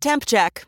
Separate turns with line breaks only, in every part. Temp check.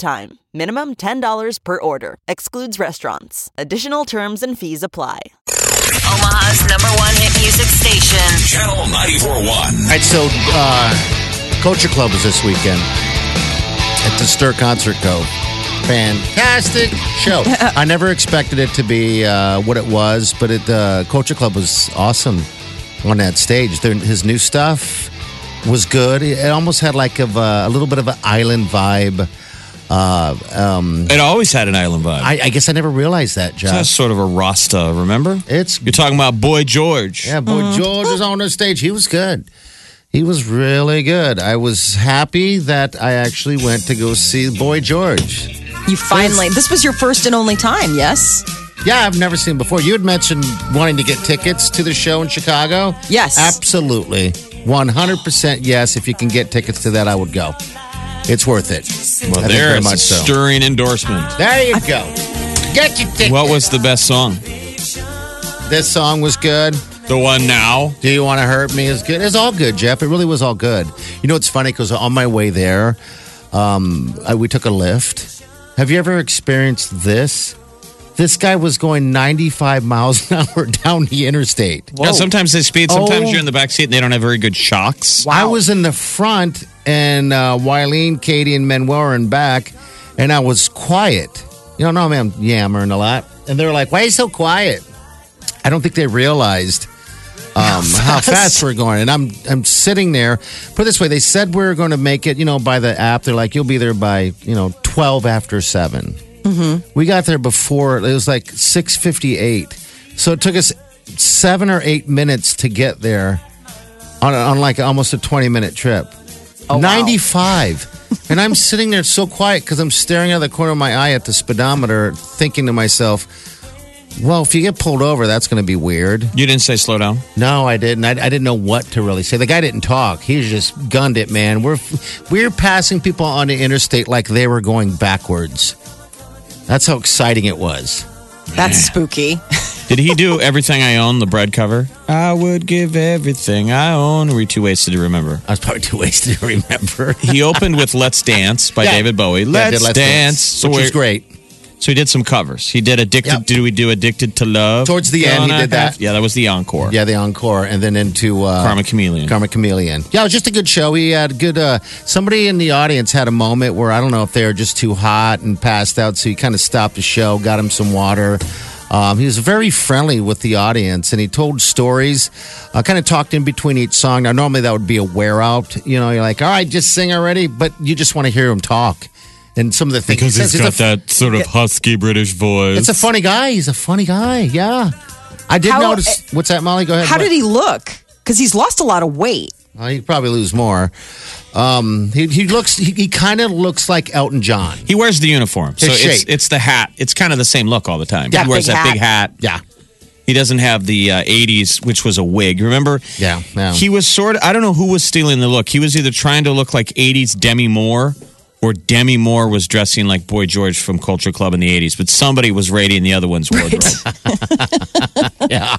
time. Minimum $10 per order. Excludes restaurants. Additional terms and fees apply.
Omaha's number one hit music station.
Channel 941.
All right, so uh, Culture Club is this weekend at the Stir Concert Co. Fantastic show. I never expected it to be uh, what it was, but it, uh, Culture Club was awesome on that stage. Their, his new stuff was good. It almost had like of a, a little bit of an island vibe. Uh, um,
It always had an island vibe.
I, uh, I guess I never realized that,
That's
Josh.
sort of a Rasta, remember?
It's
You're talking about Boy George.
Yeah, boy, George was on the stage. He was good. He was really good. I was happy that I actually went to go see Boy George.
You finally, this was your first and only time, yes?
Yeah, I've never seen before. You had mentioned wanting to get tickets to the show in Chicago.
Yes.
Absolutely. 100% yes. If you can get tickets to that, I would go. It's worth it.
Well,
I think
there
very
is a
much so.
stirring endorsement.
There you go. Get your tickets.
What was the best song?
this song was good.
The one now.
Do you want to hurt me? Is good. It's all good, Jeff. It really was all good. You know, it's funny because on my way there, um, I, we took a lift. Have you ever experienced this? This guy was going 95 miles an hour down the interstate.
Now, sometimes they speed. Sometimes
Oh.
you're in the back seat and they don't have very good shocks.
I was in the front, and uh, Wileen, Katie, and Manuel were in back, and I was quiet. You don't know, man, yammering a lot. And they were like, why are you so quiet? I don't think they realized um, how fast we're going. And I'm I'm sitting there. Put it this way, they said we are going to make it, you know, by the app. They're like, you'll be there by, you know, 12 after 7. Mm-hmm. We got there before, it was like 6.58. So it took us seven or eight minutes to get there on, on like almost a 20 minute trip. 95. and I'm sitting there so quiet because I'm staring out of the corner of my eye at the speedometer, thinking to myself, well, if you get pulled over, that's going to be weird.
You didn't say slow down.
No, I didn't. I, I didn't know what to really say. The guy didn't talk. He just gunned it, man. We're we're passing people on the interstate like they were going backwards. That's how exciting it was.
That's spooky.
Did he do everything I own? The bread cover. I would give everything I own. We're too wasted to remember.
I was probably too wasted to remember.
He opened with "Let's Dance" by
Yeah.
David Bowie.
Yeah, I
Let's,
did
dance. So
which
we're-
was great.
So he did some covers. He did "Addicted."
Yep.
Did we do "Addicted to Love"?
Towards the end, he
Gonna
did that.
have- Yeah, that was the encore.
Yeah, the encore, and then into uh,
Karma Chameleon.
Karma Chameleon. Yeah, it was just a good show. We had good. Uh, somebody in the audience had a moment where I don't know if they were just too hot and passed out, so he kind of stopped the show, got him some water. Um, he was very friendly with the audience, and he told stories. uh, kind of talked in between each song. Now, normally that would be a wear out. You know, you're like, all right, just sing already, but you just want to hear him talk. And some of the things
Because
he
he's
says,
got
a-
that sort of husky British voice.
It's a funny guy. He's a funny guy. Yeah, I did
How-
notice. What's that, Molly? Go ahead.
How
What?
did he look? Because he's lost a lot of weight.
Well, he'd probably lose more. Um, he, he looks. He, he kind of looks like Elton John.
He wears the uniform, so
His
it's
shape.
it's the hat. It's kind of the same look all the time.
Yeah,
he wears
big
that
hat.
big hat.
Yeah.
He doesn't have the uh, '80s, which was a wig. Remember?
Yeah, yeah.
He was sort of. I don't know who was stealing the look. He was either trying to look like '80s Demi Moore, or Demi Moore was dressing like Boy George from Culture Club in the '80s. But somebody was raiding the other one's wardrobe.
Yeah.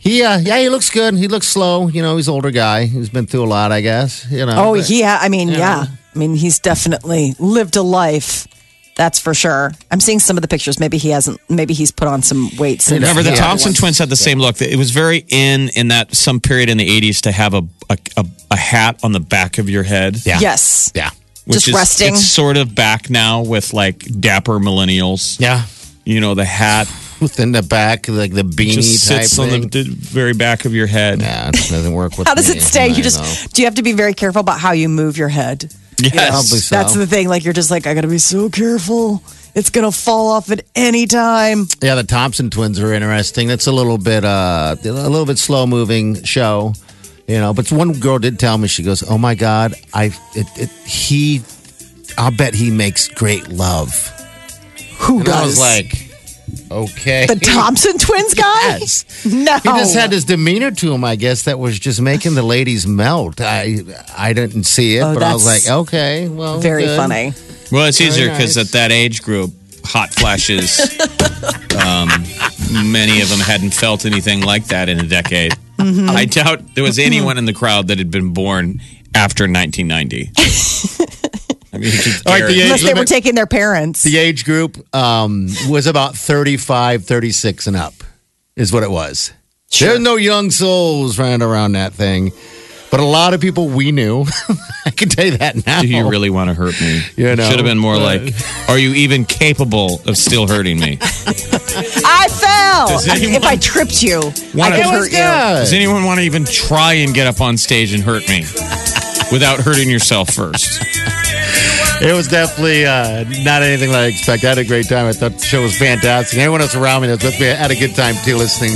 He uh, yeah. He looks good. He looks slow. You know, he's an older guy. He's been through a lot. I guess. You know.
Oh,
but-
yeah. I mean, yeah. I mean, he's definitely lived a life. That's for sure. I'm seeing some of the pictures. Maybe he hasn't. Maybe he's put on some weight since.
Remember the
Yeah.
Thompson
Yeah.
twins had the same look. It was very in in that some period in the '80s to have a a, a, a hat on the back of your head.
Yeah.
Yes.
Yeah.
which
Just resting.
It's sort of back now with like dapper millennials.
Yeah.
You know, the hat
Within the back, like the beanie
just
type
sits on
thing.
the, the very back of your head.
yeah, it doesn't work with.
How does
me.
it stay? You
I
just
know.
do you have to be very careful about how you move your head.
Probably
Yes.
so.
That's the thing. Like you're just like I got to be so careful. It's gonna fall off at any time.
Yeah, the Thompson twins are interesting. It's a little bit uh a little bit slow moving show, you know. But one girl did tell me she goes, "Oh my god, I it, it, he I'll bet he makes great love.
Who
And
does?
I was like, okay.
the Thompson twins guy?
Yes.
No.
He just had this demeanor to him, I guess, that was just making the ladies melt. I I didn't see it,
Oh,
but I was like,
that's
okay, well,
Very
good.
funny.
Well, it's easier
nice.
because at that age group, hot flashes, um, many of them hadn't felt anything like that in a decade. I doubt there was anyone in the crowd that had been born after 1990. I mean, you could
All right, the
guarantee-
Unless they were
Limit-
taking their parents.
The age group um, was about 35, 36 and up, is what it was. There's no young souls running around that thing. But a lot of people we knew, I can tell you that now.
do you really want to hurt me?
You
It
know,
should have been more
uh,
like, are you even capable of still hurting me?
I fell.
Does anyone-
if I tripped you, I
Wanna-
could
It
It
hurt
was
you.
good.
Does anyone want to even try and get up on stage and hurt me without hurting yourself first?
It was definitely uh, not anything that I expected. I had a great time. I thought the show was fantastic. Everyone else around me that was with me had a good time too, listening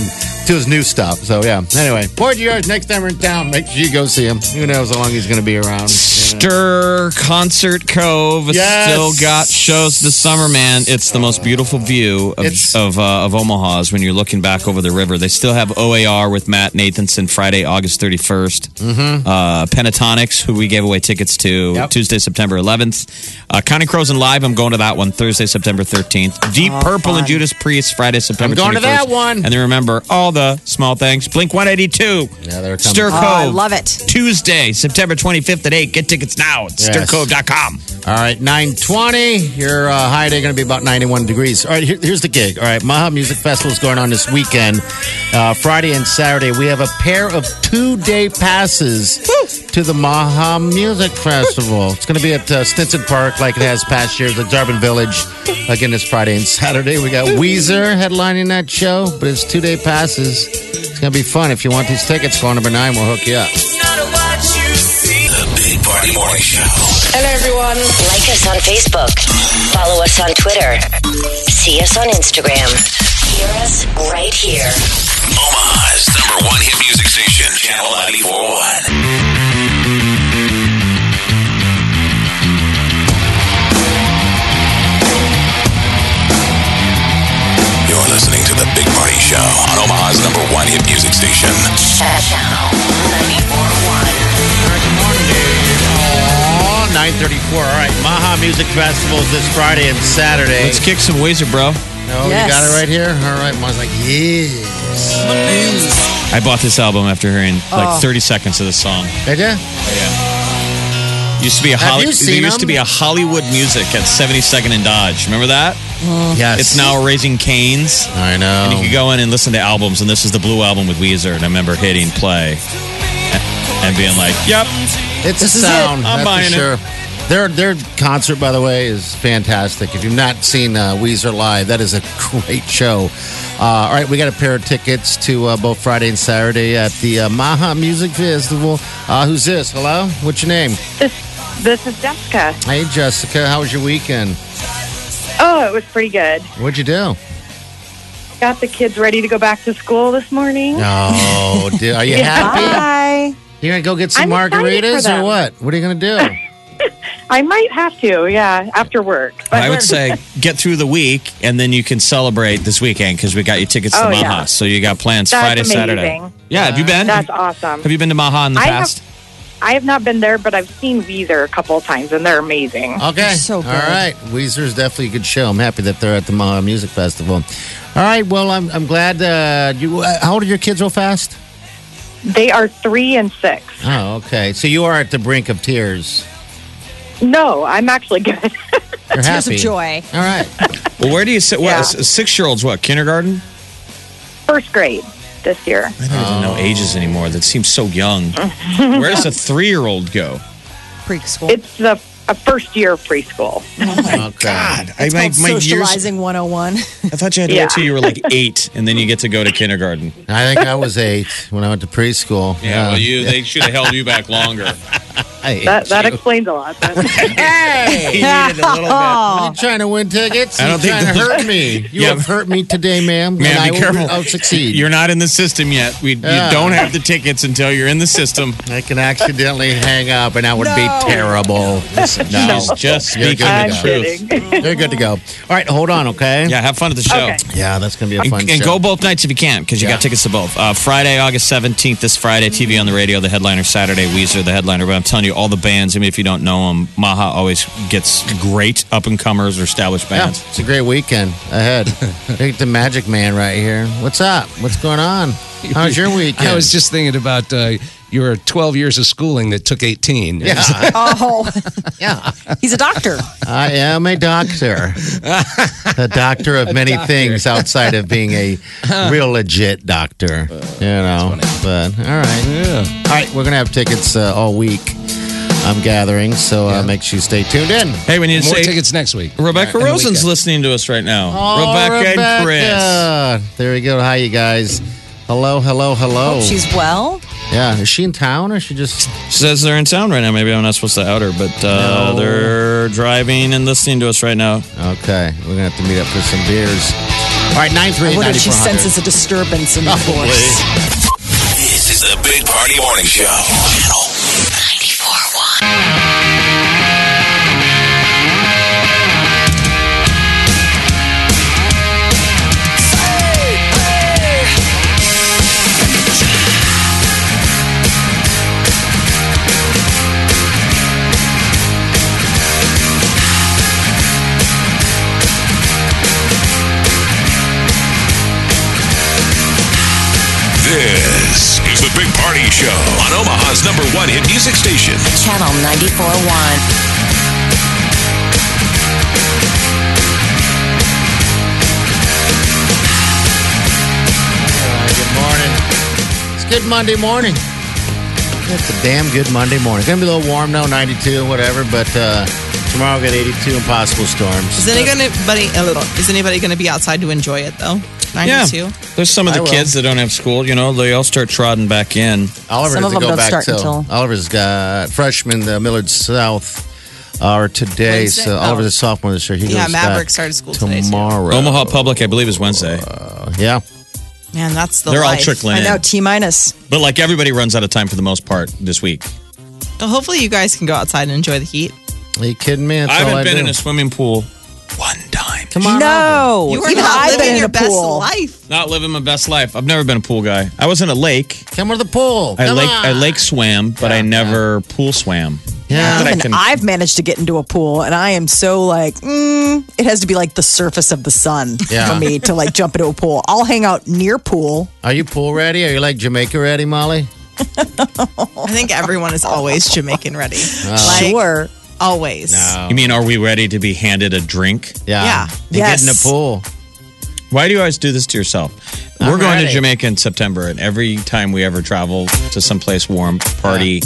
to his new stuff. So yeah. Anyway, Boyd Yards next time we're in town. Make sure you go see him. Who knows how long he's going to be around?
Stir Concert Cove has
Yes.
still got shows this summer, man. It's the most beautiful view of
It's-
of, uh, of Omaha is when you're looking back over the river. They still have OAR with Matt Nathanson Friday, August 31st. Mm-hmm. Uh, Pentatonics, who we gave away tickets to
Yep.
Tuesday, September 11th. Uh, County Crows and Live, I'm going to that one Thursday, September 13th. Deep Purple and Judas Priest Friday, September
Oh, I'm going to
21st.
that one.
And then remember all the small things. Blink 182.
Yeah, they're coming.
Stir
Oh,
Cove.
I love it.
Tuesday, September 25th at 8. Get tickets now at
Yes.
stircove.com.
All right, 920. Your uh, high day going to be about 91 degrees. All right, here, here's the gig. All right, Maha Music Festival is going on this weekend, uh, Friday and Saturday. We have a pair of two day passes to the Maha Music Festival. It's going to be at uh, Stinson Park, like it has past years, at Jarbin Village. Again, it's Friday and Saturday. We got Weezer headlining that show, but it's two day passes. It's going to be fun. If you want these tickets, phone number nine, we'll hook you up.
The Big Party Morning Show.
Hello, everyone.
Like us on Facebook. Follow us on Twitter. See us on Instagram. Hear us right here.
Omaha's number one hit music station, Channel 941. You're listening to The Big Party Show on Omaha's number one hit music station.
Channel 941.
Aw, 934. All right, Maha Music Festival is this Friday and Saturday.
Let's kick some Weezer, bro.
oh, you
Yes.
got it right here? All right, Ma's like, yes.
I bought this album after hearing
Oh.
like 30 seconds of the song.
Did ya?
Used to be a
Have
Holly-
you
there
seen
used to
them?
be a Hollywood music at 72nd and Dodge. Remember that?
Yes.
It's now Raising Canes.
I know.
You could go in and listen to albums, and this is the blue album with Weezer. And I remember hitting play and being like, "Yep,
It's a sound.
I'm
that's
buying it.
for sure. Their their concert, by the way, is fantastic. If you've not seen uh, Weezer live, that is a great show. Uh, all right, we got a pair of tickets to uh, both Friday and Saturday at the uh, Maha Music Festival. Uh, who's this? Hello, what's your name?
This is Jessica.
Hey, Jessica. How was your weekend?
Oh, it was pretty good.
What'd you do?
Got the kids ready to go back to school this morning.
Oh, dude, are you happy?
Bye.
You're gonna go get some
I'm excited for
margaritas or
them.
what? What are you gonna do?
I might have to, yeah, after work. But
I would say get through the week, and then you can celebrate this weekend because we got you tickets to
Oh,
Maha.
yeah.
So you got plans
That's
Friday, Saturday.
amazing.
Yeah, have you been?
that's
Have
awesome.
you been to Maha in the
I have-
past?
I have not been there, but I've seen Weezer a couple of times, and they're amazing.
Oh.
Okay.
They're so
All
good.
right. Weezer's definitely a good show. I'm happy that they're at the Maha Music Festival. All right. Well, I'm, I'm glad uh, you. Uh, how old are your kids real fast?
They are three and six.
Oh, okay. So you are at the brink of tears.
No, I'm actually good.
You're
Tears of
happy.
joy.
All right.
Well, where do you sit?
Yeah.
Well, six year olds, what, kindergarten?
First grade this year.
I don't even know ages anymore. That seems so young. Where does a three year old go?
Preschool.
It's the a first year of preschool.
okay. God.
it's
I,
called socializing 101.
I thought you had to
Yeah.
wait till you were like eight, and then you get to go to kindergarten.
I think I was eight when I went to preschool. Uh,
you they should have held you back longer.
I hate
That, that
you.
explains a lot. That-
He needed a little bit.
I'm trying to win tickets.
I
I
don't
don't
think
You're trying to hurt
those-
me. You
Yeah.
have hurt me today, ma'am. and
Man,
I
be
will,
careful.
I'll succeed.
You're not in the system yet. We
Yeah.
you don't have the tickets until you're in the system.
I can accidentally hang up, and that would
No.
be terrible. Listen,
She's just
You're
speaking
good
the
I'm
to go.
truth.
kidding.
You're good to go. All right, hold on, okay?
Yeah, have fun at the show.
Okay.
Yeah, that's going to be a fun
And, and
show.
go both nights if you can, because you
Yeah.
got tickets to both. Uh, Friday, August 17th, this Friday, TV on the radio, the headliner. Saturday, Weezer, the headliner. But I'm telling you, all the bands, I mean, if you don't know them, Maha always gets great up and comers or established
yeah,
bands.
it's a great weekend ahead. Take the magic man right here. What's up? What's going on? How's your weekend?
I was just thinking about uh, your 12 years of schooling that took 18.
Yeah,
Oh,
yeah.
he's a doctor.
I am a doctor. a doctor of many things outside of being a real legit doctor. you know, but all right.
Yeah.
All right, we're going to have tickets uh, all week. I'm gathering, so uh, make sure you stay tuned in.
Hey, we need to
More
say
tickets next week.
Rebecca
And the
Rosen's
weekend.
listening to us right now.
Oh,
Rebecca, and Chris.
Rebecca. There we go. Hi, you guys. Hello, hello, hello.
Hope Oh, she's well.
yeah, is she in town or is she just?
She says they're in town right now. Maybe I'm not supposed to out her, but uh,
No.
they're driving and listening to us right now.
Okay, we're gonna have to meet up for some beers. All right, nine three
I wonder
ninety
if she
four hundred.
senses a disturbance in the force.
This is the Big Party Morning Show. Channel 941. This is the Big Party Show on Omaha's number one hit music station.
Channel 94.1.
Good morning. It's a good Monday morning. It's a damn good Monday morning. It's gonna be a little warm now, ninety two, whatever. But uh, tomorrow we got eighty two impossible storms.
Is anybody a little? Is anybody going to be outside to enjoy it though? Ninety-two.
Yeah. There's some of
I
the
will.
kids that don't have school, you know, they all start trotting back in.
Oliver has
Some
to
of them
go
don't
back
start
till-
until-
Oliver's got freshman the Millard South are today.
Wednesday?
So
Oh.
Oliver's a sophomore this year. He
Yeah,
goes
Maverick
back
started school today, too.
tomorrow.
Omaha Public, I believe, is Wednesday.
Yeah.
Man, that's the.
They're all
life.
trickling
I know,
in.
T minus.
But like everybody runs out of time for the most part this week.
Well, hopefully, you guys can go outside and enjoy the heat.
Are you kidding me? That's
I
all
haven't been
do.
in a swimming pool one time.
Come on. Oliver.
No.
You are
Even
not
I've been
living
in
your
a
best
pool.
life.
Not living my best life. I've never been a pool guy. I was in a lake.
Come to the pool.
I
Come
lake
on.
I lake swam, but I never pool swam.
Yeah.
Not that I
Even
can-
I've managed to get into a pool, and I am so like, mm, it has to be like the surface of the sun
Yeah.
for me to like jump into a pool. I'll hang out near pool.
Are you pool ready? Are you like Jamaica ready, Molly?
I think everyone is always Jamaican ready. Like,
Sure.
always.
Oh.
you mean are we ready to be handed a drink?
Yeah.
You Get
Yes.
in the pool.
Why do you always do this to yourself? We're
I'm
going to
ready.
Jamaica in September, and every time we ever travel to someplace warm, party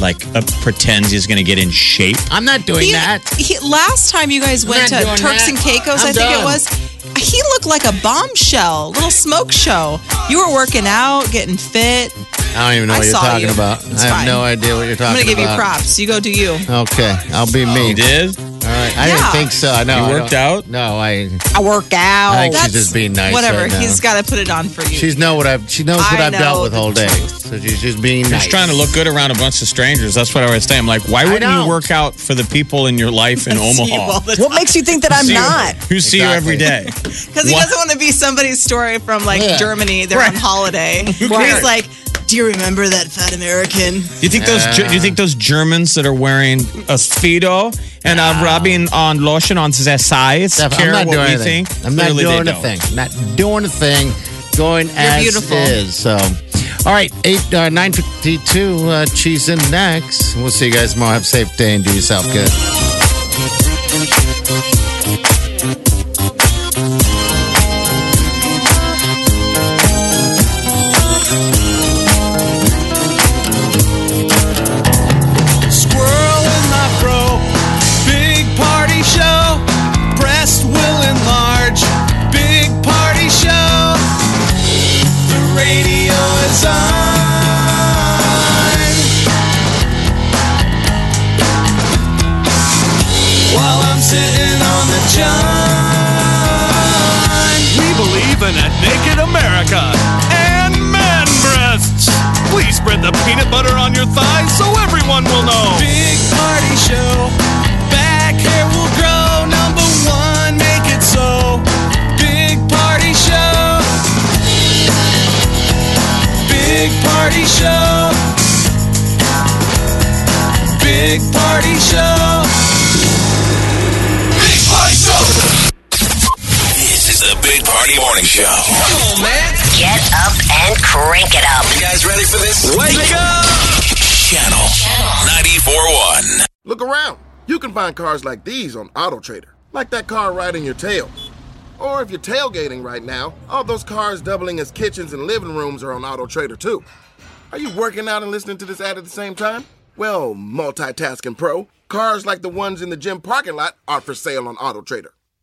like uh, pretends he's going to get in shape.
I'm not doing
He-
that.
he- last time you guys went
not
to
doing
Turks
that.
and Caicos,
I'm
I think
done.
it was. He looked like a bombshell, little smoke show. You were working out, getting fit.
I don't even know
I
what you're
saw
talking
you.
about.
It's
I have
fine.
no idea what you're
I'm
talking
gonna
about.
give you props. You go do you.
Okay, I'll be me.
Oh, You did?
All right. I
Yeah.
didn't think so. No,
You
I
worked
don't-
out?
No, I.
I work out.
I think she's just being nice.
Whatever.
right now.
He's got to put it on for you.
She's know what I've. She knows what
I
I've dealt
know
with
the
all day. So she's just being nice.
Just trying to look good around a bunch of strangers. That's what I always say. I'm like, why wouldn't you
know.
work out for the people in your life in
See you all
Omaha?
the
what makes you think that I'm
See you-
not?
Who see you every day?
Because he
What?
doesn't want to be somebody's story from like
Yeah.
Germany. They're on holiday.
cares?
He's like, do you remember that fat American?
Do you think those? Ge- Do you think those Germans that are wearing a speedo and are rubbing on lotion on their sides
Steph,
care
I'm not
what
doing
we
anything.
think?
I'm not
Clearly they
doing a
don't.
thing. Not doing a thing. Going as
beautiful.
is. So, all right, eight uh, nine fifty two. Uh, cheese in next. We'll see you guys tomorrow. Have a safe day and do yourself good.
Squirrel in my fro. Big party show. Breast will enlarge. Big party show. The radio is on.
sitting on the john. We believe in a naked America and man breasts. Please spread the peanut butter on your thighs so everyone will know. Big party show. Back hair will grow. Number one, make it so. Big party show. Big party show. Big party show. Big party show.
This is the Big Party Morning Show.
Come on, man.
Get up and crank it up.
You guys ready for this? Wake up.
Channel 941.
Look around. You can find cars like these on AutoTrader, like that car riding your tail. Or if you're tailgating right now, all those cars doubling as kitchens and living rooms are on AutoTrader too. Are you working out and listening to this ad at the same time? Well, multitasking pro, cars like the ones in the gym parking lot are for sale on AutoTrader.